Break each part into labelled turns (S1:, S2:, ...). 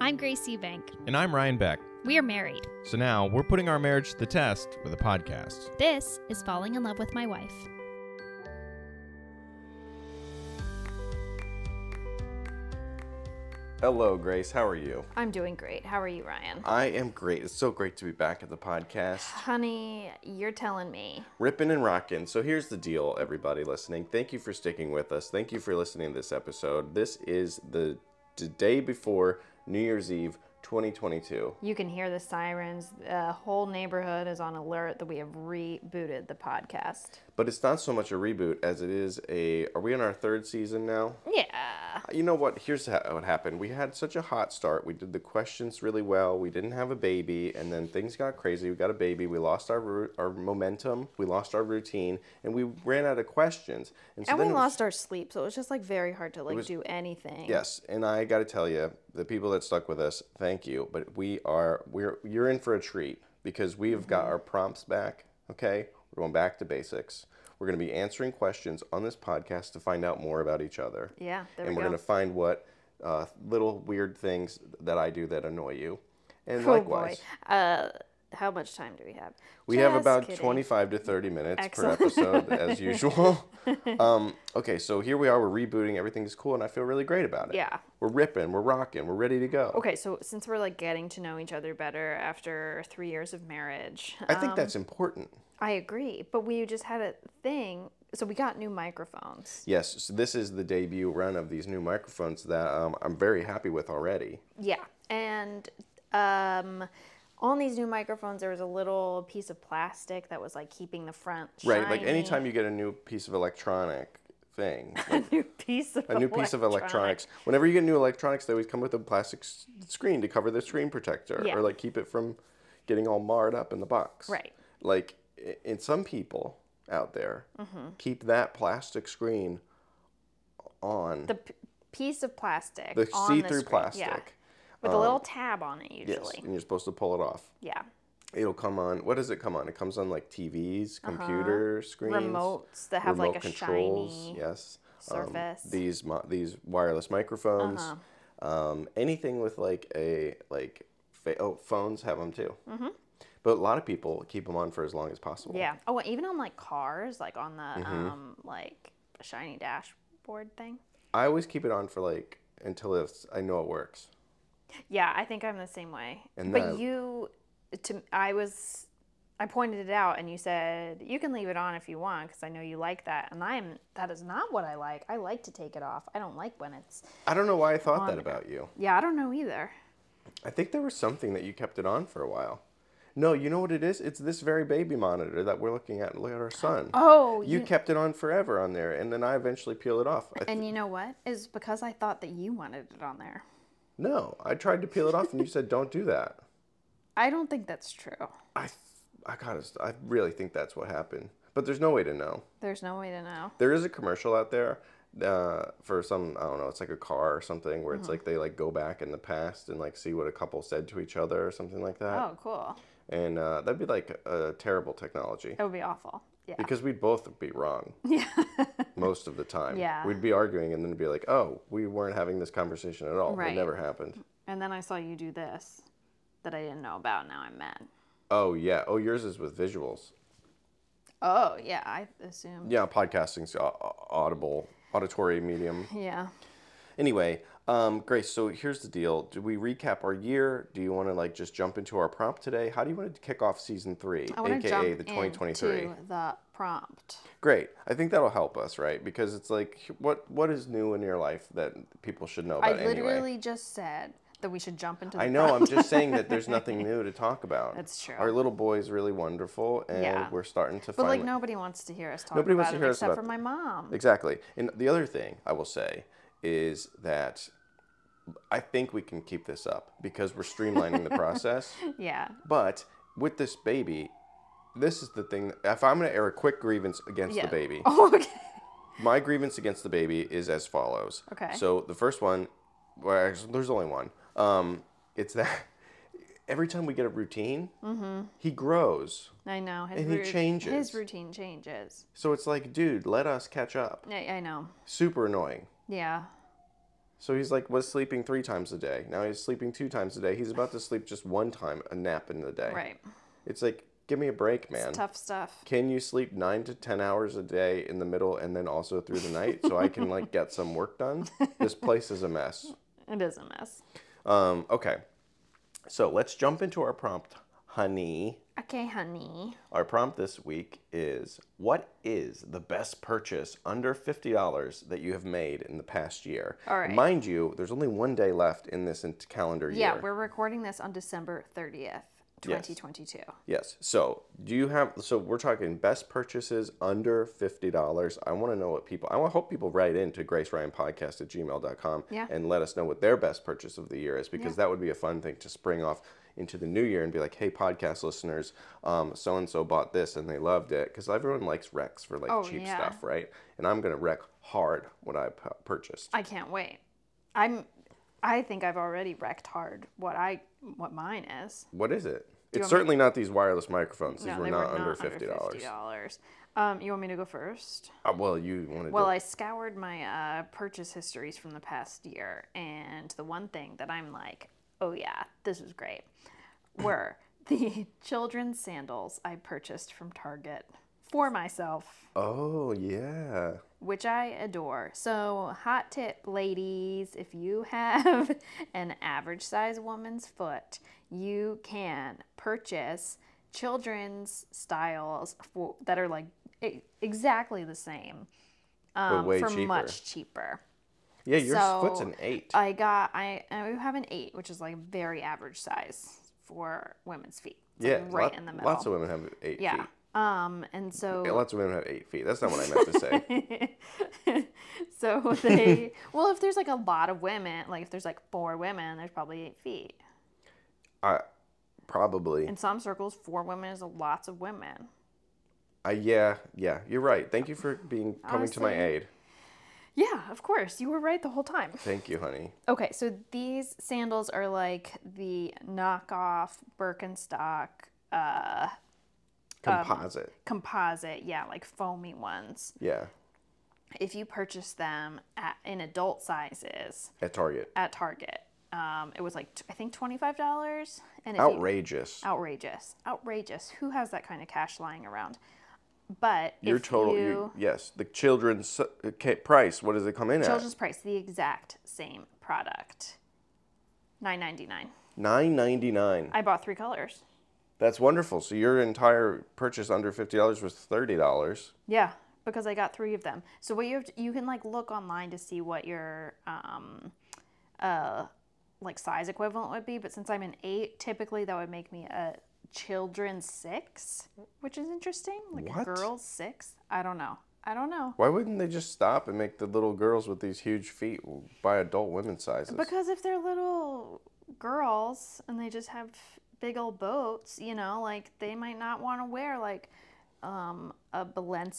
S1: I'm Grace Eubank.
S2: And I'm Ryan Beck.
S1: We are married.
S2: So now we're putting our marriage to the test with a podcast.
S1: This is Falling in Love with My Wife.
S2: Hello, Grace. How are you?
S3: I'm doing great. How are you, Ryan?
S2: I am great. It's so great to be back at the podcast.
S3: Honey, you're telling me.
S2: Ripping and rocking. So here's the deal, everybody listening. Thank you for sticking with us. Thank you for listening to this episode. This is the, the day before New Year's Eve 2022.
S3: You can hear the sirens. The whole neighborhood is on alert that we have rebooted the podcast.
S2: But it's not so much a reboot as it is a. Are we in our third season now?
S3: Yeah.
S2: You know what? Here's how what happened. We had such a hot start. We did the questions really well. We didn't have a baby, and then things got crazy. We got a baby. We lost our ru- our momentum. We lost our routine, and we ran out of questions. so
S3: And we
S2: then it was-
S3: lost our sleep, so it was just like very hard to like
S2: was-
S3: do anything.
S2: Yes, and I got to tell you, the people that stuck with us, thank you. But we are we're you're in for a treat because we've got
S3: Mm-hmm.
S2: our prompts back. Okay, we're going back to basics. We're going to be answering questions on this podcast to find out more about each other.
S3: Yeah, there
S2: and
S3: we
S2: we're
S3: go.
S2: going to find what uh, little weird things that I do that annoy you, and
S3: oh
S2: likewise.
S3: boy. Uh, how much time do we have?
S2: We have
S3: Just
S2: about
S3: kidding.
S2: 25 to 30 minutes
S3: Excellent.
S2: per episode, as usual. um, okay, so here we are. We're rebooting. Everything's cool, and I feel really great about it.
S3: Yeah.
S2: We're ripping. We're rocking. We're ready to go.
S3: Okay, so since we're like getting to know each other better after three years of marriage,
S2: I think
S3: um,
S2: that's important.
S3: I agree. But we just had a thing. So we got new microphones.
S2: Yes, so this is the debut run of these new microphones that um, I'm very happy with already.
S3: Yeah, and um, on these new microphones, there was a little piece of plastic that was like keeping the front shiny.
S2: Right, like anytime you get a new piece of electronic thing,
S3: a new piece of
S2: a new piece of electronics, whenever you get new electronics, they always come with a plastic s- screen to cover the screen protector
S3: Yeah.
S2: or like keep it from getting all marred up in the box.
S3: Right.
S2: Like, i- and some people out there
S3: Mm-hmm.
S2: keep that plastic screen on
S3: the
S2: the,
S3: p- piece of plastic, on
S2: see through
S3: screen,
S2: plastic. um,
S3: yeah, with a little tab on it
S2: Yes,
S3: usually.
S2: and you're supposed to pull it off.
S3: Yeah,
S2: it'll come on what does it come on it comes on like tvs
S3: Uh-huh.
S2: computer screens
S3: remotes that have like
S2: remote
S3: a
S2: controls,
S3: shiny.
S2: yes um,
S3: surface.
S2: these mi- these wireless microphones
S3: Uh-huh.
S2: um, anything with like a like fa- oh phones have them too mm-hmm. but a lot of people keep them on for as long as possible
S3: Yeah. Oh, and even on like cars, like on the
S2: Mm-hmm.
S3: um, like shiny dashboard thing.
S2: i always keep it on for like until it's, i know it works
S3: Yeah, I think I'm the same way.
S2: And
S3: but
S2: that-
S3: you, to I was, I pointed it out, and you said you can leave it on if you want because I know you like that, and I'm that is not what I like. I like to take it off. I don't like when it's.
S2: i don't know why i thought that about you
S3: Yeah, I don't know either.
S2: I think there was something that you kept it on for a while. No, you know what it is? It's this very baby monitor that we're looking at look at our son.
S3: Oh,
S2: you, kept it on forever on there, and then I eventually peeled it off. I th-
S3: And you know what? Is because I thought that you wanted it on there.
S2: no, I tried to peel it off, and you said, "Don't do that."
S3: I don't think that's true.
S2: I, th- I gotta, st- I really think that's what happened. But there's no way to know.
S3: There's no way to know.
S2: There is a commercial out there uh, for some, I don't know, it's like a car or something where
S3: Uh-huh.
S2: it's like they like go back in the past and like see what a couple said to each other or something like that.
S3: Oh, Oh, cool.
S2: And uh, that'd be like a terrible technology.
S3: That would be awful. Yeah.
S2: Because we'd both be wrong. Most of the time.
S3: Yeah.
S2: We'd be arguing and then be like, oh, we weren't having this conversation at all. It
S3: Right.
S2: never happened.
S3: And then I saw you do this that I didn't know about. Now I'm mad.
S2: Oh, yeah. Oh, yours is with visuals.
S3: Oh yeah, I assume.
S2: Yeah, podcasting's au- uh, audible, auditory medium.
S3: Yeah.
S2: Anyway, um, Grace, so here's the deal. Do we recap our year? Do you want to like just jump into our prompt today? How do you want to kick off season three,
S3: I want to jump
S2: the 2023?
S3: into the prompt.
S2: Great. I think that'll help us, right? Because it's like, what what is new in your life that people should know about
S3: I
S2: anyway?
S3: literally just said that we should jump into. The
S2: I know. I'm
S3: prompt.
S2: just saying that there's nothing new to talk about.
S3: That's true.
S2: Our little boy is really wonderful, and
S3: Yeah.
S2: we're starting to.
S3: but
S2: finally...
S3: like nobody wants to hear us talk
S2: Nobody
S3: about
S2: wants to
S3: it
S2: hear us
S3: except
S2: about
S3: for my mom.
S2: Exactly. And the other thing I will say is that I think we can keep this up because we're streamlining the process.
S3: Yeah.
S2: But with this baby, this is the thing. If I'm going to air a quick grievance against
S3: Yeah.
S2: the baby,
S3: Oh, okay.
S2: my grievance against the baby is as follows.
S3: Okay.
S2: So the first one, well, actually, there's only one. Um, it's that every time we get a routine,
S3: Mm-hmm.
S2: he grows.
S3: I know. His
S2: And he
S3: rout-
S2: changes.
S3: His routine changes.
S2: So it's like, dude, let us catch up.
S3: I, I know.
S2: Super annoying.
S3: Yeah.
S2: So he's like was sleeping three times a day. Now he's sleeping two times a day. He's about to sleep just one time a nap in the day.
S3: Right.
S2: It's like give me a break, man.
S3: Tough stuff.
S2: Can you sleep nine to ten hours a day in the middle and then also through the night so I can like get some work done? This place is a mess.
S3: It is a mess.
S2: Um, okay. So let's jump into our prompt, honey.
S3: Okay, honey.
S2: Our prompt this week is What is the best purchase under $50 that you have made in the past year?
S3: All right.
S2: Mind you, there's only one day left in this ent- calendar year.
S3: Yeah, we're recording this on December 30th,
S2: Yes.
S3: 2022.
S2: Yes. So, do you have? So, we're talking best purchases under fifty dollars. I want to know what people. I wanna- hope people write in to graceryanpodcast at gmail.com
S3: Yeah.
S2: and let us know what their best purchase of the year is because that would be a fun thing to spring off into the new year and be like, hey, podcast listeners, so and so bought this and they loved it because everyone likes wrecks for like
S3: Oh,
S2: cheap
S3: yeah.
S2: stuff, right? And I'm gonna wreck hard what I pu- purchased.
S3: I can't wait. I'm I think I've already wrecked hard what I what mine is.
S2: What is it? It's certainly not these wireless microphones. These were
S3: they
S2: not
S3: were
S2: under fifty dollars. Uh,
S3: $50. Um, you want me to go first?
S2: well, you wanted
S3: Well,
S2: to.
S3: I scoured my uh, purchase histories from the past year, and the one thing that I'm like, oh yeah, this is great, were the children's sandals I purchased from Target for myself,
S2: Oh yeah.
S3: which I adore. So, hot tip, ladies, if you have an average size woman's foot, you can purchase children's styles for, that are like e- exactly the same. Um,
S2: way
S3: for
S2: cheaper.
S3: much cheaper.
S2: Yeah, your
S3: So, uh,
S2: foot's an eight.
S3: I got I I have an eight, which is like a very average size for women's feet. It's, like,
S2: yeah,
S3: right
S2: lot-
S3: in the middle.
S2: Lots of women have eight
S3: yeah.
S2: feet.
S3: Um, and
S2: Yeah,
S3: so
S2: lots of women have eight feet. That's not what I meant to say.
S3: so they well, if there's like a lot of women, like if there's like four women, there's probably eight feet.
S2: I probably.
S3: In some circles, four women is lots of women.
S2: I yeah yeah. You're right. Thank you for being coming to my
S3: Honestly.
S2: aid.
S3: Yeah, of course, you were right the whole time.
S2: Thank you, honey.
S3: Okay, so these sandals are like the knockoff Birkenstock uh, Um,
S2: Composite.
S3: composite, yeah, like foamy ones.
S2: yeah,
S3: if you purchase them at, in adult sizes
S2: at Target.
S3: at Target, um, it was like t- I think twenty five dollars, and if
S2: Oh,
S3: you-
S2: Outrageous.
S3: outrageous, outrageous. Who has that kind of cash lying around? But
S2: Your
S3: if
S2: total.
S3: you,
S2: You, yes, the children's uh, ca- price. What does it come in
S3: children's price, the exact same product, nine ninety nine.
S2: at? Nine ninety nine.
S3: I bought three colors.
S2: That's wonderful. So your entire purchase under fifty dollars was thirty dollars.
S3: Yeah, because I got three of them. So what you have to, you can like look online to see what your um uh like size equivalent would be, but since I'm an 8, typically that would make me a children 6, which is interesting. Like a
S2: What?
S3: girl 6. I don't know. I don't know.
S2: Why wouldn't they just stop and make the little girls with these huge feet buy adult women's sizes?
S3: Because if they're little girls and they just have big old boats, you know, like they might not want to wear like um, a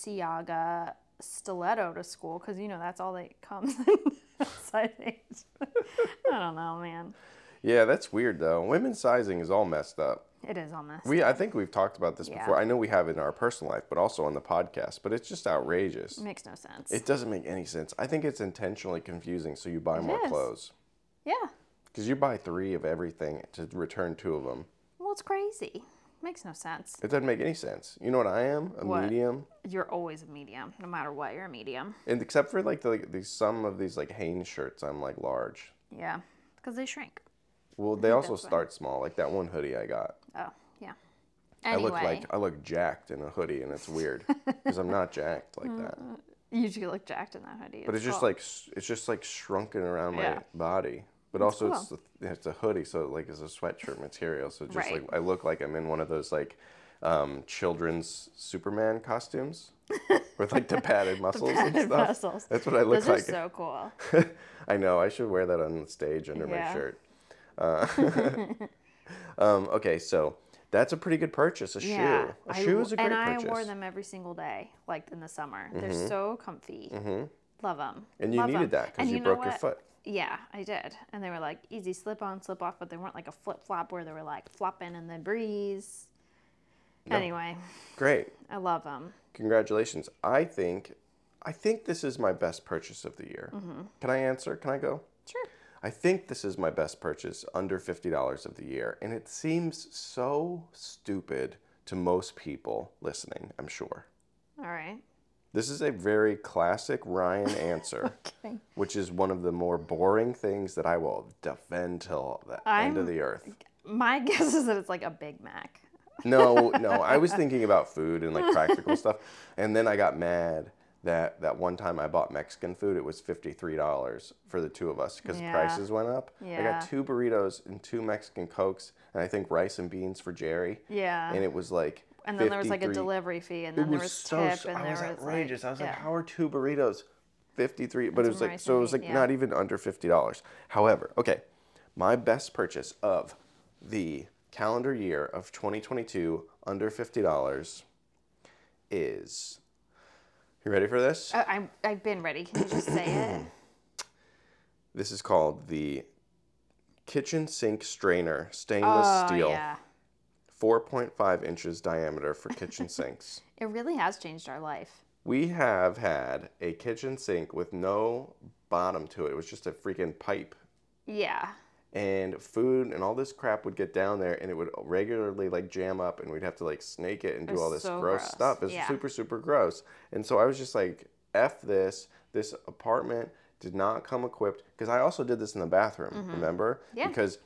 S3: Balenciaga stiletto to school because you know that's all that comes in size eight. I don't know, man.
S2: Yeah, that's weird though. Women's sizing is all messed up.
S3: It is on this.
S2: We I think we've talked about this
S3: Yeah.
S2: before. I know we have in our personal life, but also on the podcast, but it's just outrageous.
S3: makes no sense.
S2: It doesn't make any sense. I think it's intentionally confusing so you buy more
S3: is.
S2: clothes.
S3: yeah.
S2: Cuz you buy 3 of everything to return 2 of them.
S3: Well, it's crazy. Makes no sense.
S2: It doesn't make any sense. You know what I am? A
S3: What?
S2: medium.
S3: You're always a medium, no matter what. You're a medium.
S2: And except for like the, like, these some of these like Hanes shirts, I'm like large.
S3: Yeah, because they shrink.
S2: Well, they also start small. Like that one hoodie I got.
S3: Oh, yeah.
S2: I
S3: Anyway,
S2: look like I look jacked in a hoodie and it's weird cuz I'm not jacked like that.
S3: you do look jacked in that hoodie.
S2: But it's just
S3: cool.
S2: like s- it's just like shrunken around my
S3: Yeah.
S2: body. But also it's the, it's a hoodie, so like it's a sweatshirt material. So just
S3: Right.
S2: like I look like I'm in one of those like um, children's Superman costumes with like the padded muscles and
S3: padded
S2: stuff.
S3: muscles.
S2: That's what I look
S3: Those
S2: like.
S3: are so cool.
S2: I know I should wear that on stage under my
S3: Yeah.
S2: shirt. Uh, um, okay, so that's a pretty good purchase. A shoe. A
S3: I
S2: shoe
S3: lo-
S2: is a great
S3: and
S2: purchase. Mm-hmm.
S3: I wore them every single day, like in the summer. They're so comfy. Love them.
S2: And you needed that because you, broke your foot.
S3: Yeah, I did. And they were like easy slip on, slip off, but they weren't like a flip flop where they were like flopping in the breeze. Anyway,
S2: Great.
S3: I love them.
S2: Congratulations. I think I think this is my best purchase of the year. Can I answer? Can I go?
S3: Mm-hmm. Sure.
S2: I think this is my best purchase under $50 of the year. And it seems so stupid to most people listening, I'm sure.
S3: All right.
S2: This is a very classic Ryan answer,
S3: Okay.
S2: which is one of the more boring things that I will defend till the end of
S3: I'm-
S2: the earth.
S3: My guess is that it's like a Big Mac.
S2: No, no, I was thinking about food and like practical stuff. And then I got mad that that one time I bought Mexican food, it was $53 for the two of us because
S3: Yeah.
S2: prices went up. I
S3: Yeah.
S2: got two burritos and two Mexican Cokes, and I think rice and beans for Jerry.
S3: Yeah.
S2: and it was like
S3: and then there was like a
S2: 53
S3: delivery fee, and
S2: it
S3: then there
S2: was
S3: was
S2: so
S3: tip,
S2: s-
S3: and
S2: I
S3: there
S2: was
S3: was
S2: outrageous
S3: Like,
S2: i was like
S3: yeah.
S2: how are two burritos 53 but it was
S3: some
S2: like
S3: rice
S2: so
S3: and
S2: it was
S3: meat,
S2: like
S3: yeah.
S2: not even under $50 however okay my best purchase of the calendar year of 2022 under $50 is you ready for this
S3: I, Oh, I'm, I've been ready. Can you just say it?
S2: this is called the kitchen sink strainer stainless
S3: Oh,
S2: steel
S3: yeah.
S2: 4.5 inches diameter for kitchen sinks
S3: It really has changed our life.
S2: We have had a kitchen sink with no bottom to it. It was just a freaking pipe.
S3: Yeah.
S2: And food and all this crap would get down there and it would regularly like jam up and we'd have to like snake it and do
S3: was
S2: all this
S3: so
S2: gross,
S3: gross.
S2: stuff. It's
S3: Yeah.
S2: super, super gross. And so I was just like, F this. This apartment did not come equipped because I also did this in the bathroom, remember?
S3: Mm-hmm. Yeah.
S2: Because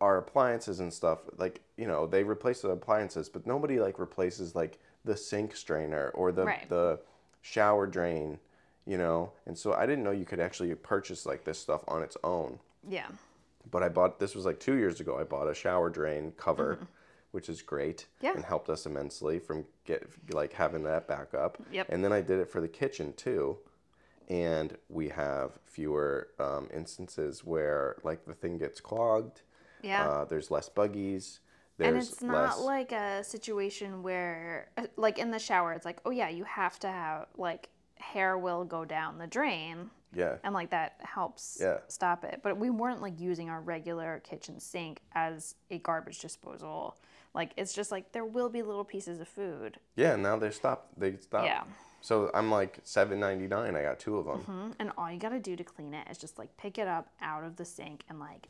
S2: our appliances and stuff, like, you know, they replace the appliances, but nobody like replaces like the sink strainer or the
S3: Right.
S2: the shower drain, you know. And so I didn't know you could actually purchase like this stuff on its own.
S3: Yeah.
S2: But I bought this was like two years ago. I bought a shower drain cover, which is great
S3: Mm-hmm. Yeah.
S2: and helped us immensely from get like having that back up.
S3: Yep.
S2: And then I did it for the kitchen too, and we have fewer um, instances where like the thing gets clogged.
S3: Yeah.
S2: Uh, there's less buggies. There's
S3: and it's not
S2: less,
S3: like a situation where, uh, like in the shower, it's like, oh yeah, you have to have, like, hair will go down the drain.
S2: yeah.
S3: And like that helps
S2: Yeah.
S3: stop it. But we weren't like using our regular kitchen sink as a garbage disposal. Like it's just like there will be little pieces of food.
S2: Yeah, now they stop. They stop.
S3: Yeah.
S2: So I'm like seven ninety nine. I got two of them.
S3: Mhm. And all you got to do to clean it is just like pick it up out of the sink and like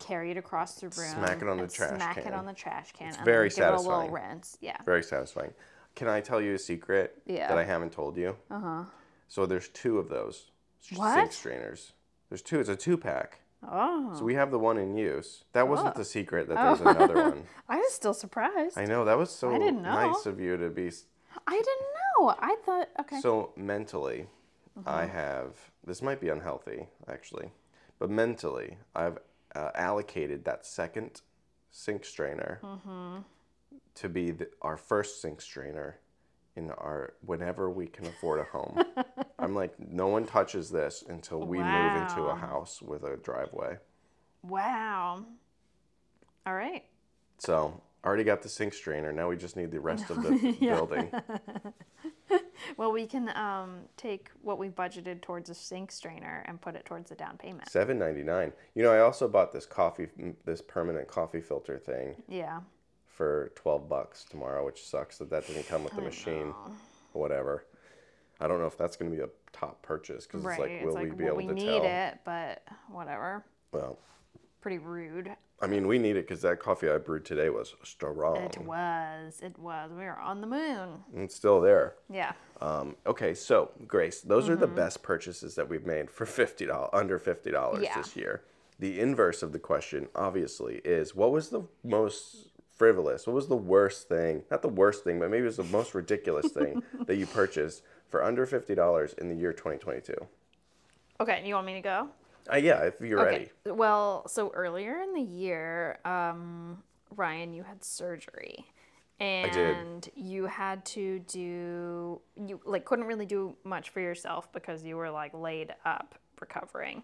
S3: carry it across the room.
S2: Smack it on the
S3: and
S2: trash
S3: Smack
S2: can.
S3: it on the trash can. It's
S2: very
S3: give it a
S2: satisfying.
S3: little rinse. Yeah.
S2: Very satisfying. Can I tell you a secret
S3: Yeah.
S2: that I haven't told you?
S3: Uh huh.
S2: So there's two of those s-
S3: What?
S2: sink strainers. There's two. It's a two pack.
S3: Oh.
S2: So we have the one in use. That wasn't
S3: Oh.
S2: the secret that there's another one.
S3: I was still surprised.
S2: I
S3: I,
S2: know that was so
S3: didn't know.
S2: nice of you to be s-
S3: didn't know. I thought okay. Uh-huh.
S2: So mentally, I have this might be unhealthy actually, but mentally I've uh, allocated that second sink strainer
S3: Mm-hmm.
S2: to be the, our first sink strainer in our whenever we can afford a home. I'm like no one touches this until we move into a
S3: Wow.
S2: house with a driveway.
S3: wow. All right.
S2: So already got the sink strainer. Now we just need the rest of the
S3: Yeah.
S2: building.
S3: Well, we can um, take what we budgeted towards a sink strainer and put it towards the down payment.
S2: Seven ninety nine. You know, I also bought this coffee, this permanent coffee filter thing
S3: Yeah.
S2: for twelve bucks tomorrow, which sucks that that didn't come with the machine. Whatever. I don't know if that's going to be a top purchase because
S3: Right.
S2: it's like, will we be
S3: well,
S2: able
S3: we
S2: to
S3: need
S2: tell?
S3: it, but whatever.
S2: Well,
S3: Pretty rude.
S2: I mean, we need it because that coffee I brewed today was strong.
S3: It was. It was. We were on the moon.
S2: And It's still there.
S3: Yeah.
S2: Um, okay, so Grace, those are the
S3: Mm-hmm.
S2: best purchases that we've made for fifty dollars, under fifty dollars
S3: Yeah.
S2: this year. The inverse of the question, obviously, is what was the most frivolous? What was the worst thing? Not the worst thing, but maybe it was the most ridiculous thing that you purchased for under fifty dollars in the year twenty twenty two.
S3: Okay. You want me to go?
S2: Uh, yeah, if you're ready.
S3: Okay. Well, so earlier in the year, um, Ryan, you had surgery.
S2: did.
S3: And you had to do you like couldn't really do much for yourself because you were like laid up recovering.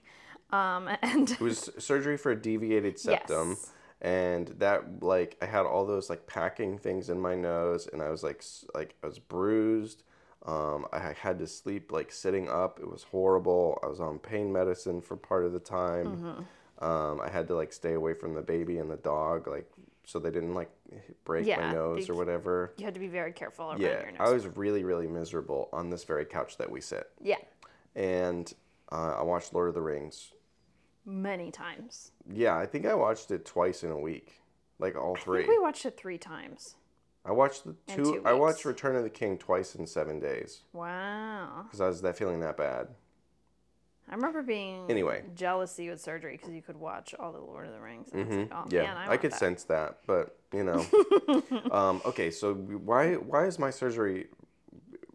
S3: Um and
S2: It was surgery for a deviated septum.
S3: Yes.
S2: And that like I had all those like packing things in my nose and I was like s- like I was bruised. Um, I had to sleep like sitting up. It was horrible. I was on pain medicine for part of the time.
S3: Mm-hmm.
S2: Um, I had to like stay away from the baby and the dog like so they didn't like break my
S3: Yeah,
S2: nose or
S3: bec-
S2: whatever.
S3: you had to be very careful around
S2: Yeah,
S3: your nose.
S2: I was really really miserable on this very couch that we sit
S3: yeah.
S2: and uh, I watched Lord of the Rings
S3: many times.
S2: Yeah, I think I watched it twice in a week, like all
S3: I
S2: three.
S3: think we watched it three times.
S2: I watched the
S3: In
S2: two.
S3: two
S2: I
S3: weeks.
S2: watched Return of the King twice in seven days
S3: Wow.
S2: because I was that feeling that bad.
S3: I remember being
S2: Anyway.
S3: jealousy with surgery because you could watch all the Lord of the Rings. And I was like, oh
S2: Mm-hmm. yeah,
S3: man, I,
S2: I
S3: want
S2: could
S3: that.
S2: sense that, but you know. um, okay, so why why is my surgery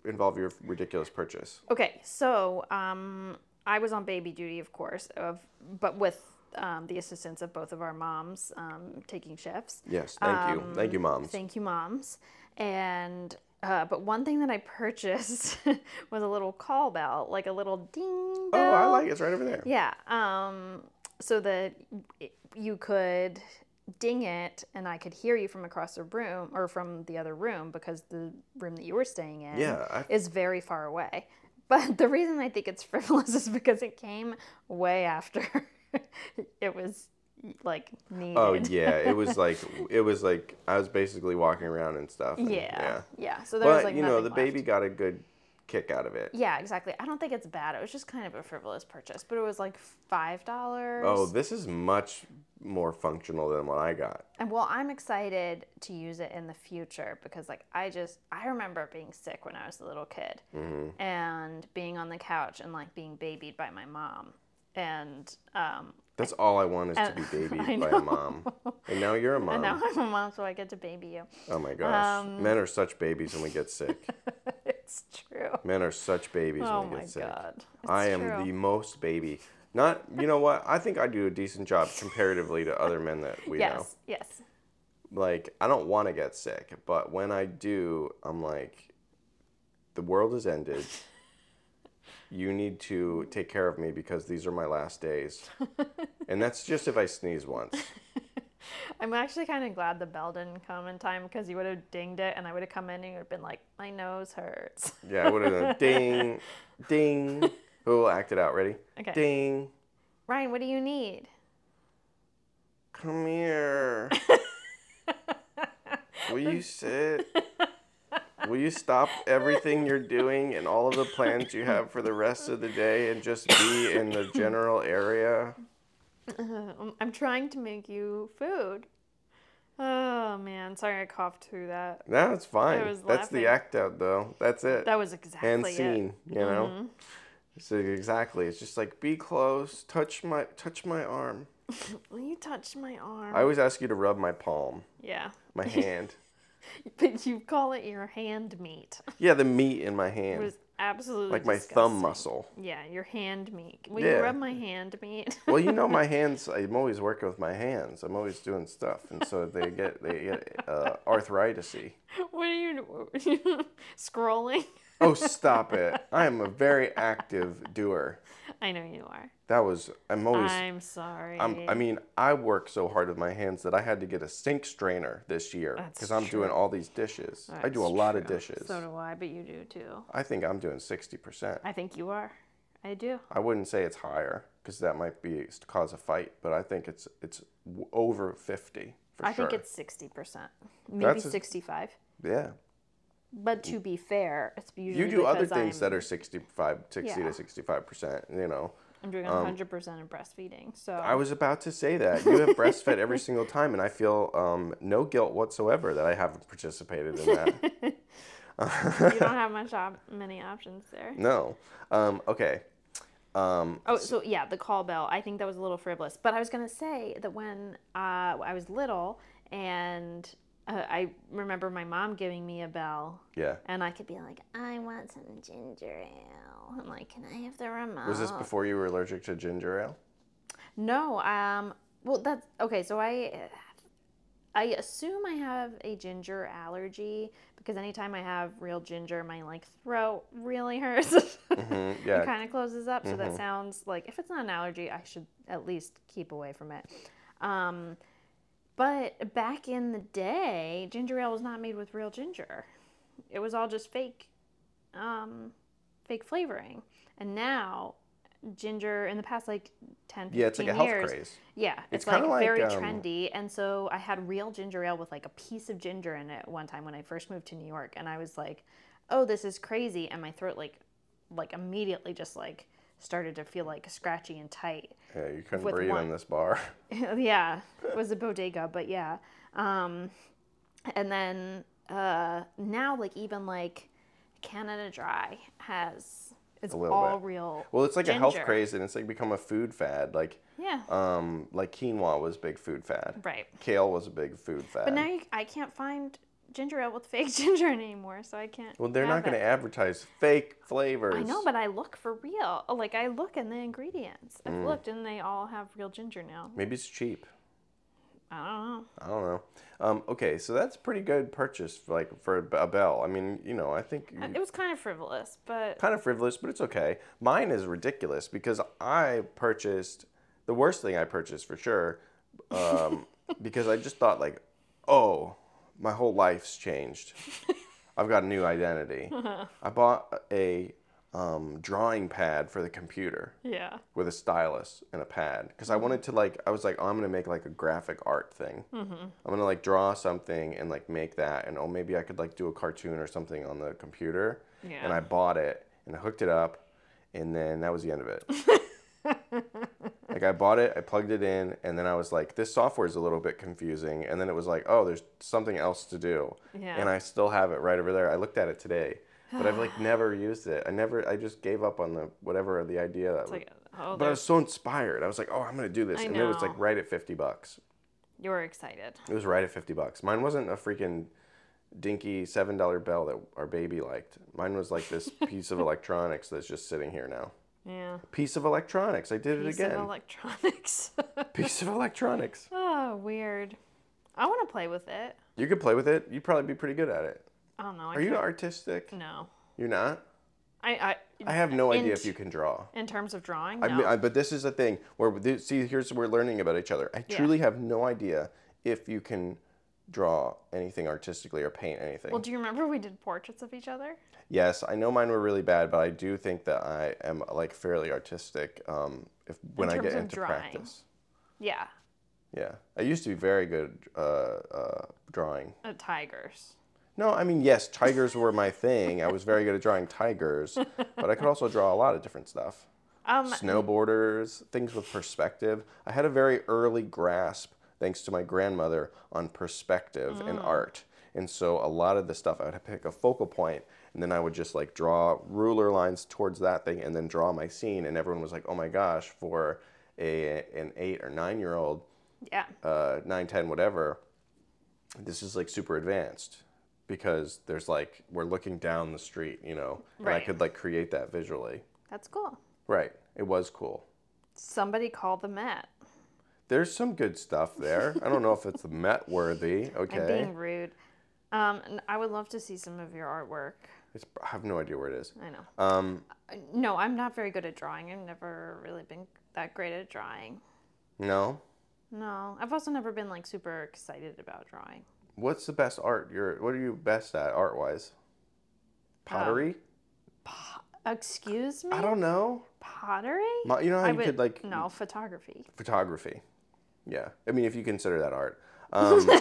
S2: involve your ridiculous purchase?
S3: Okay, so um, I was on baby duty, of course, of but with um, the assistance of both of our moms um, taking shifts.
S2: Yes, thank you, thank you, moms.
S3: Um, Thank you, moms. And uh, but one thing that I purchased was a little call bell, like a little ding.
S2: oh,
S3: Bell.
S2: I like it. It's right over there.
S3: Yeah. Um, so that it- you could ding it and I could hear you from across the room or from the other room because the room that you were staying in
S2: Yeah, I-
S3: is very far away. But the reason I think it's frivolous is because it came way after it was like needed.
S2: Oh yeah, it was like it was like I was basically walking around and stuff. and-
S3: Yeah. Yeah. So there was
S2: But
S3: like
S2: you know,
S3: nothing
S2: the
S3: left.
S2: baby got a good kick out of it.
S3: Yeah, exactly. I don't think it's bad. It was just kind of a frivolous purchase, but it was like five dollars.
S2: Oh, this is much more functional than what I got.
S3: And well, I'm excited to use it in the future because, like, I just I remember being sick when I was a little kid
S2: Mm-hmm.
S3: and being on the couch and like being babied by my mom. And um,
S2: That's all I want is to be
S3: Uh, I
S2: babied by a mom. And now you're a mom.
S3: now I'm a mom, so I get to baby you.
S2: Oh my gosh.
S3: Um,
S2: Men are such babies when we get sick.
S3: it's true.
S2: Men are such babies
S3: Oh
S2: when we
S3: my
S2: get sick.
S3: god. It's
S2: I am
S3: true.
S2: the most baby. Not you know what? I think I do a decent job comparatively to other men that we know.
S3: yes, yes.
S2: like I don't want to get sick, but when I do, I'm like, the world has ended. You need to take care of me because these are my last days. and that's just if I sneeze once.
S3: I'm actually kind of glad the bell didn't come in time because you would have dinged it and I would have come in and you would have been like, my nose hurts.
S2: Yeah, I would have done ding, ding. We'll act it out. Ready?
S3: Okay.
S2: Ding.
S3: Ryan, what do you need?
S2: Come here. Will you sit? Will you stop everything you're doing and all of the plans you have for the rest of the day and just be in the general area?
S3: Um, I'm trying to make you food. Oh man, sorry I coughed through that.
S2: No, it's
S3: I
S2: fine.
S3: was
S2: That's the
S3: laughing.
S2: act out, though. That's it.
S3: That was exactly
S2: and
S3: it. Mm-hmm.
S2: scene, you know. So exactly, it's just like be close, touch my touch my arm.
S3: Well, you touched my arm.
S2: I always ask you to rub my palm,
S3: yeah,
S2: my hand.
S3: but you call it your hand meat.
S2: yeah, the meat in my
S3: It
S2: hand,
S3: was absolutely
S2: like my
S3: disgusting.
S2: thumb muscle.
S3: Yeah, your hand meat. Will
S2: Yeah.
S3: you rub my hand meat?
S2: well, you know, my hands. I'm always working with my hands. I'm always doing stuff, and so they get they get uh, arthritisy.
S3: what are you scrolling?
S2: Oh, stop it! I am a very active doer.
S3: I know you are.
S2: That was. I'm always.
S3: I'm sorry.
S2: I'm, I mean, I work so hard with my hands that I had to get a sink strainer this year
S3: That's
S2: because I'm doing
S3: true.
S2: all these dishes. I do a
S3: That's
S2: lot of
S3: true.
S2: dishes.
S3: So do I, but you do too.
S2: I think I'm doing 60%.
S3: I think you are. I do.
S2: I wouldn't say it's higher because that might be cause a fight, but I think it's it's w- over 50 for
S3: I
S2: sure.
S3: think it's sixty percent, maybe
S2: That's a-
S3: sixty-five.
S2: yeah.
S3: But to be fair, it's usually
S2: You do other
S3: because
S2: things
S3: I'm,
S2: that are 65, 60
S3: Yeah.
S2: to 65%, you know.
S3: I'm doing hundred percent of breastfeeding. So
S2: um, I was about to say that. You have breastfed every single time, and I feel um, no guilt whatsoever that I haven't participated in that.
S3: you don't have much op- many options there.
S2: No. Um, okay. Um,
S3: Oh, so yeah, the call bell. I think that was a little frivolous. But I was gonna say that when uh, I was little, and uh, I remember my mom giving me a bell.
S2: yeah.
S3: And I could be like, I want some ginger ale. I'm like, can I have the remote?
S2: Was this before you were allergic to ginger ale?
S3: No, um, well, that's okay. So I, I assume I have a ginger allergy because anytime I have real ginger, my like throat really hurts.
S2: Mm,
S3: It
S2: yeah. Mm-hmm.
S3: kind of closes up, so that sounds like if it's not an allergy, I should at least keep away from it. Um, but back in the day, ginger ale was not made with real ginger; it was all just fake, um, fake flavoring. And now, ginger in the past like 10, 15
S2: Yeah, it's like a health
S3: years,
S2: craze.
S3: yeah, it's,
S2: It's
S3: like
S2: kinda like,
S3: very
S2: um,
S3: trendy. And so I had real ginger ale with like a piece of ginger in it one time when I first moved to New York, and I was like, "Oh, this is crazy!" And my throat like, like immediately just like started to feel like scratchy and tight.
S2: Yeah, you couldn't
S3: With
S2: breathe
S3: one.
S2: in this bar.
S3: yeah, it was a bodega, but yeah. Um, and then uh, now, like even like Canada Dry has it's
S2: A little
S3: all
S2: bit.
S3: real.
S2: Well, it's like a health
S3: Ginger.
S2: craze, and it's like become a food fad. Like,
S3: yeah,
S2: um, like quinoa was a big food fad.
S3: right.
S2: Kale was a big food fad.
S3: But now you, I can't find ginger ale with fake ginger anymore, so I can't.
S2: well, they're not
S3: have
S2: going to
S3: it.
S2: advertise fake flavors.
S3: I know, but I look for real. Like I look in the ingredients. I've
S2: Mm.
S3: looked, and they all have real ginger now.
S2: Maybe it's cheap.
S3: I don't know.
S2: I don't know. Um, okay, so that's pretty good purchase, for, like for a- a bell. I mean, you know, I think you-
S3: Uh, It was kind of frivolous, but
S2: kind of frivolous, but it's okay. Mine is ridiculous because I purchased the worst thing I purchased for sure, um, because I just thought like, oh, my whole life's changed. I've got a new identity. I bought a um, drawing pad for the computer
S3: yeah,
S2: with a stylus and a pad because I wanted to like I was like oh, I'm gonna make like a graphic art thing.
S3: Mm-hmm.
S2: I'm gonna like draw something and like make that and oh maybe I could like do a cartoon or something on the computer. And
S3: Yeah.
S2: I bought it and I hooked it up, and then that was the end of it. like I bought it, I plugged it in, and then I was like this software is a little bit confusing, and then it was like oh there's something else to do.
S3: Yeah.
S2: And I still have it right over there. I looked at it today. But I've like never used it. I never. I just gave up on the whatever the idea that
S3: it's like oh,
S2: but I
S3: there's-
S2: was so inspired. I was like, oh, I'm gonna do this,
S3: I
S2: and it was
S3: know.
S2: like right at fifty bucks.
S3: you were excited.
S2: It was right at fifty bucks. Mine wasn't a freaking dinky seven dollar bell that our baby liked. Mine was like this piece of electronics that's just sitting here now.
S3: Yeah.
S2: Piece of electronics. I did it
S3: Piece
S2: again.
S3: of electronics.
S2: piece of electronics.
S3: oh, weird. I want to play with it.
S2: You could play with it. You'd probably be pretty good at it.
S3: I don't know. I
S2: Are you
S3: can't-
S2: artistic?
S3: No.
S2: You're not.
S3: I. I.
S2: I have no idea if
S3: Int-
S2: you can draw.
S3: In terms of drawing,
S2: I,
S3: no.
S2: mean, I, but this is the thing where we- see here's we're learning about each other. I
S3: Yeah.
S2: truly have no idea if you can draw anything artistically or paint anything.
S3: well, do you remember we did portraits of each other?
S2: Yes, I know mine were really bad, but I do think that I am like fairly artistic um, if when I
S3: terms
S2: get
S3: of
S2: into
S3: drawing.
S2: practice.
S3: Yeah.
S2: Yeah, I used to be very good uh, uh, drawing.
S3: Uh, tigers.
S2: No, I mean yes, tigers were my thing. I was very good at drawing tigers, but I could also draw a lot of different stuff.
S3: Um.
S2: Snowboarders, things with perspective. I had a very early grasp, thanks to my grandmother, on perspective and
S3: Mm.
S2: art. And so a lot of the stuff, I would pick a focal point, and then I would just like draw ruler lines towards that thing, and then draw my scene. And everyone was like, "Oh my gosh!" For a an eight or nine year old,
S3: Yeah.
S2: uh, nine, ten, whatever. This is like super advanced because there's like we're looking down the street, you know, and I
S3: Right.
S2: could like create that visually.
S3: That's cool.
S2: Right. It was cool.
S3: Somebody called the Met.
S2: There's some good stuff there. I don't know if it's Met worthy.
S3: I'm
S2: Okay.
S3: being rude. Um. and I would love to see some of your artwork.
S2: It's, I have no idea where it is.
S3: I know.
S2: Um,
S3: Uh, No, I'm not very good at drawing. I've never really been that great at drawing.
S2: no.
S3: No, I've also never been like super excited about drawing.
S2: What's the best art? You're, what are you best at art wise?
S3: Um,
S2: Pottery?
S3: Excuse me?
S2: I don't know.
S3: Pottery?
S2: Mo- You know how
S3: I
S2: you could like
S3: No, photography.
S2: photography. Yeah. I mean, if you consider that art. Um, no,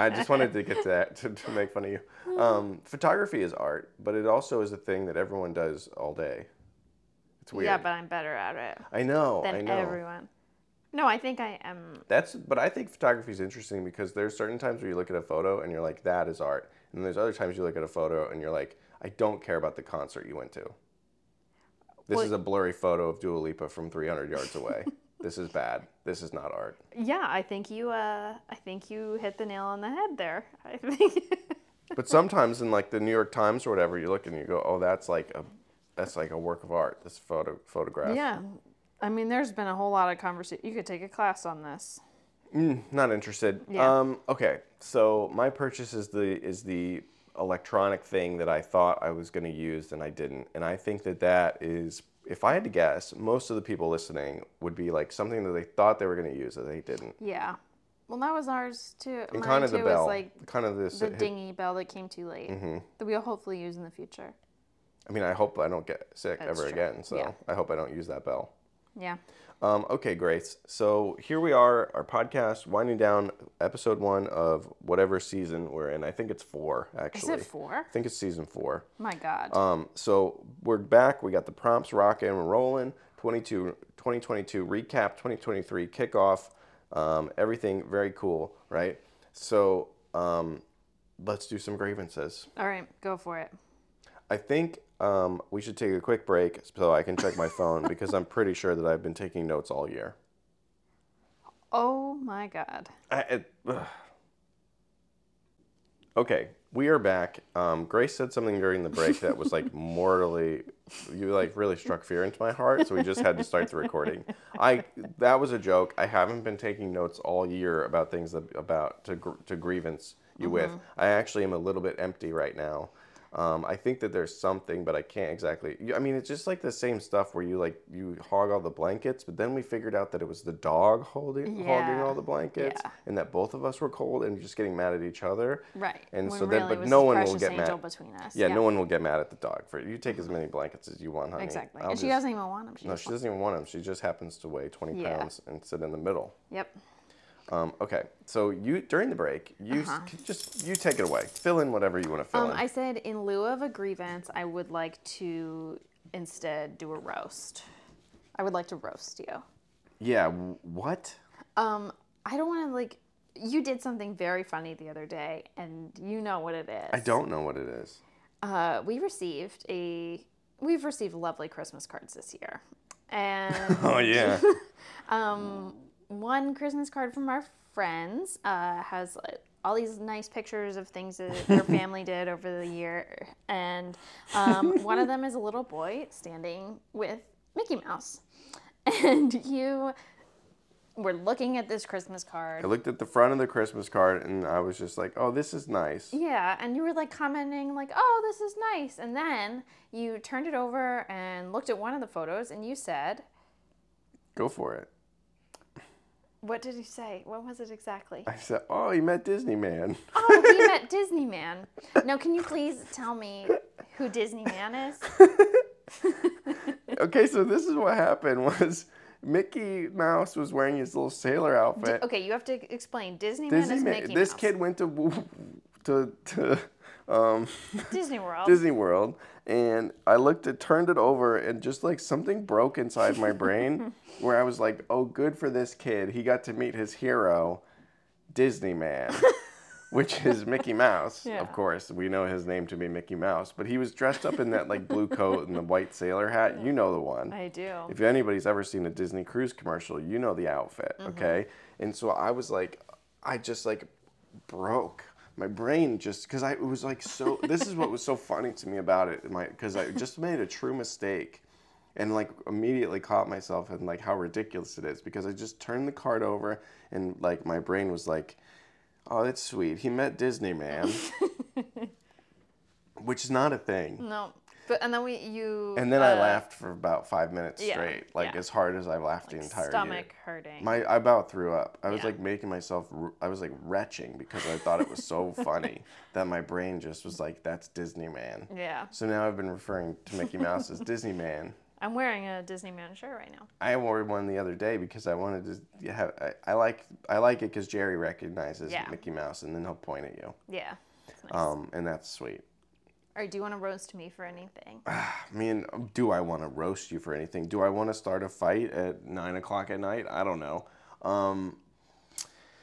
S2: I just wanted to get to that to, to make fun of you. Um, photography is art, but it also is a thing that everyone does all day. It's weird.
S3: Yeah, but I'm better at it
S2: I know. I
S3: than
S2: know.
S3: everyone. No, I think I am.
S2: That's but I think photography is interesting because there's certain times where you look at a photo and you're like, that is art. And there's other times you look at a photo and you're like, I don't care about the concert you went to. This
S3: Well-
S2: is a blurry photo of Dua Lipa from 300 yards away. this is bad. This is not art.
S3: Yeah, I think you. Uh, I think you hit the nail on the head there. I think.
S2: But sometimes in like the New York Times or whatever, you look and you go, oh, that's like a that's like a work of art. This photo photograph.
S3: yeah, I mean, there's been a whole lot of conversation. You could take a class on this.
S2: Not interested.
S3: Yeah.
S2: Um, okay, so my purchase is the is the electronic thing that I thought I was going to use and I didn't, and I think that that is, if I had to guess, most of the people listening would be like something that they thought they were going to use that they didn't.
S3: Yeah. Well, that was ours too.
S2: And
S3: Mine
S2: kind of
S3: too
S2: the bell, Mm-hmm.
S3: was like
S2: kind of this.
S3: the dingy bell that came too late that we'll hopefully use in the future.
S2: I mean, I hope I don't get sick
S3: That's
S2: ever
S3: true.
S2: again. So
S3: Yeah.
S2: I hope I don't use that bell.
S3: Yeah.
S2: Um, okay, Grace. So here we are, our podcast winding down episode one of whatever season we're in. I think it's four,
S3: Is
S2: actually.
S3: it four?
S2: I think it's season four.
S3: My God.
S2: Um, so we're back. We got the prompts rocking and rolling. 22, 2022 recap, 2023 kickoff. Um, everything very cool, right? So um, let's do some grievances.
S3: All right, go for it.
S2: I think um, we should take a quick break so I can check my phone because I'm pretty sure that I've been taking notes all year.
S3: Oh my God.
S2: I, it, ugh. okay, we are back. Um, Grace said something during the break that was like mortally, you like really struck fear into my heart. So we just had to start the recording. I that was a joke. I haven't been taking notes all year about things that, about to gr- to grievance you with. I actually am a little bit empty right now. Um, I think that there's something, but I can't exactly. you- I mean, it's just like the same stuff where you like you hog all the blankets, but then we figured out that it was the dog holding hogging
S3: Yeah.
S2: all the blankets,
S3: Yeah.
S2: and that both of us were cold and just getting mad at each other.
S3: Right.
S2: And
S3: when
S2: so then,
S3: really
S2: but
S3: was
S2: no
S3: the
S2: one will
S3: precious
S2: get
S3: angel
S2: mad.
S3: between us.
S2: Yeah, no one will get mad at the dog for you. Take as many blankets as you want, honey.
S3: Exactly.
S2: I'll
S3: and she
S2: just-
S3: doesn't even want him. She
S2: No,
S3: just
S2: she doesn't even want them. She just happens to weigh 20
S3: Yeah.
S2: pounds and sit in the middle.
S3: Yep.
S2: Um, okay, so you during the break, you s- just you take it away. Fill in whatever you want to fill
S3: Uh-huh. Um,
S2: in.
S3: I said in lieu of a grievance, I would like to instead do a roast. I would like to roast you.
S2: yeah. w- What?
S3: Um, I don't want to like. You did something very funny the other day, and you know what it is.
S2: I don't know what it is.
S3: Uh, we received a. We've received lovely Christmas cards this year, and
S2: Oh yeah.
S3: one Christmas card from our friends uh, has uh, all these nice pictures of things that their family did over the year, and um, one of them is a little boy standing with Mickey Mouse, and you were looking at this Christmas
S2: I
S3: card.
S2: looked at the front of the Christmas card and I was just like, "Oh, this is nice."
S3: Yeah, and you were like commenting like, "Oh, this is nice." And then you turned it over and looked at one of the photos and you said,
S2: Go for it.
S3: "What did you say? What was it exactly?"
S2: I said, "Oh, he met Disney Man."
S3: Oh, he met Disney Man. Now, can you please tell me who Disney Man is?
S2: okay, so this is what happened was Mickey Mouse was wearing his little sailor outfit.
S3: Okay, you have to explain. Disney, Man
S2: Disney
S3: is
S2: Ma-
S3: Mickey
S2: this
S3: Mouse.
S2: kid went to to, to um,
S3: Disney World.
S2: Disney World, and I looked at turned it over, and just like something broke inside my brain, where I was like, "Oh, good for this kid. He got to meet his hero, Disney Man." Which is Mickey Mouse,
S3: Yeah.
S2: of course. We know his name to be Mickey Mouse, but he was dressed up in that like blue coat and the white sailor hat. You know the one.
S3: I do.
S2: If anybody's ever seen a Disney cruise commercial, you know the outfit, okay? And so I was like, I just like broke my brain just because I it was like so. this is what was so funny to me about it, my because I just made a true mistake, and like immediately caught myself and like how ridiculous it is because I just turned the card over and like my brain was like, oh, that's sweet. He met Disney Man. Which is not a thing.
S3: No, but and then we you.
S2: And then I
S3: uh,
S2: laughed for about five minutes
S3: yeah,
S2: straight, like
S3: yeah.
S2: as hard as I laughed the entire
S3: Stomach
S2: year.
S3: hurting.
S2: My I about threw up. I was
S3: Yeah.
S2: like making myself. r- I was like retching because I thought it was so funny that my brain just was like, "That's Disney Man."
S3: yeah,
S2: So now I've been referring to Mickey Mouse as Disney Man.
S3: I'm wearing a Disney Man shirt right now.
S2: I wore one the other day because I wanted to have. I, I like I like it because Jerry recognizes
S3: Yeah.
S2: Mickey Mouse and then he'll point at you,
S3: Yeah. It's nice.
S2: um, and that's sweet.
S3: All right, do you want to roast me for anything?
S2: I mean, um, do I want to roast you for anything? Do I want to start a fight at nine o'clock at night? I don't know. Um,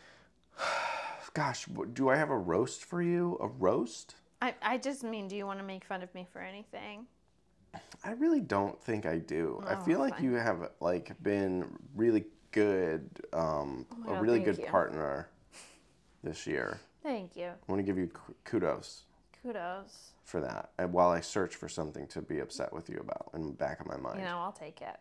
S2: gosh, w- do I have a roast for you? A roast?
S3: I, I just mean, do you want to make fun of me for anything?
S2: I really don't think I do.
S3: Oh,
S2: I feel like you have like been really good, um,
S3: Oh my
S2: a
S3: God,
S2: really
S3: thank
S2: good
S3: you.
S2: partner this year.
S3: Thank you.
S2: I want to give you k- kudos
S3: Kudos.
S2: for that. And while I search for something to be upset with you about in the back of my mind,
S3: You know, I'll take it.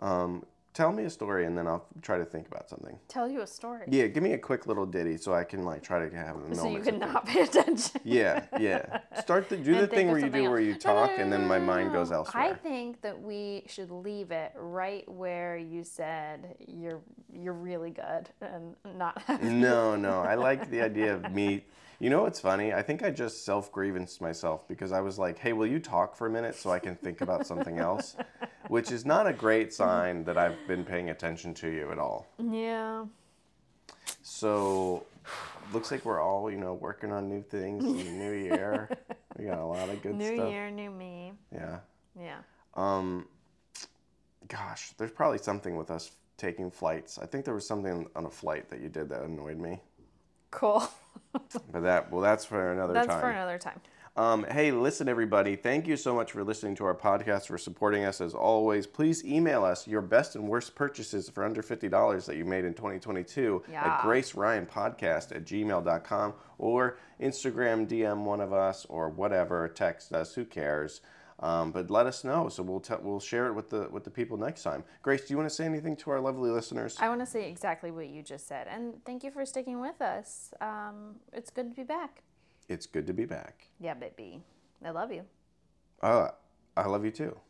S2: um, tell me a story and then I'll try to think about something.
S3: Tell you a story.
S2: Yeah, give me a quick little ditty so I can like try to have a moment.
S3: so you
S2: to
S3: could
S2: think.
S3: not pay attention.
S2: Yeah, yeah. Start the do
S3: and
S2: the
S3: think
S2: thing
S3: of
S2: where you
S3: something
S2: do where
S3: else.
S2: you
S3: No, no,
S2: talk
S3: no,
S2: and
S3: no,
S2: then
S3: no,
S2: my
S3: no,
S2: mind
S3: no.
S2: goes
S3: I
S2: elsewhere.
S3: think that we should leave it right where you said you're you're really good and not
S2: No, no. I like the idea of me. You know what's funny? I think I just self grievanced myself because I was like, "Hey, will you talk for a minute so I can think about something else?" which is not a great sign that I've been paying attention to you at all.
S3: Yeah.
S2: So, looks like we're all, you know, working on new things in the new year. We got a lot of good
S3: New
S2: stuff.
S3: year, new me.
S2: Yeah.
S3: Yeah.
S2: Um, gosh, there's probably something with us taking flights. I think there was something on a flight that you did that annoyed me.
S3: Cool.
S2: But that, well, that's for another
S3: That's
S2: time.
S3: for another time.
S2: Um, hey, listen, everybody. Thank you so much for listening to our podcast, for supporting us as always. Please email us your best and worst purchases for under $50 that you made in 2022 at
S3: Yeah.
S2: graceryanpodcast at gmail.com or Instagram DM one of us or whatever. Text us. Who cares? Um, but let us know so we'll tell we'll share it with the with the people next time. Grace, do you want to say anything to our lovely listeners?
S3: I want to say exactly what you just said. And thank you for sticking with us. Um, it's good to be back.
S2: It's good to be back.
S3: Yeah, baby. I love you.
S2: Uh, I love you too.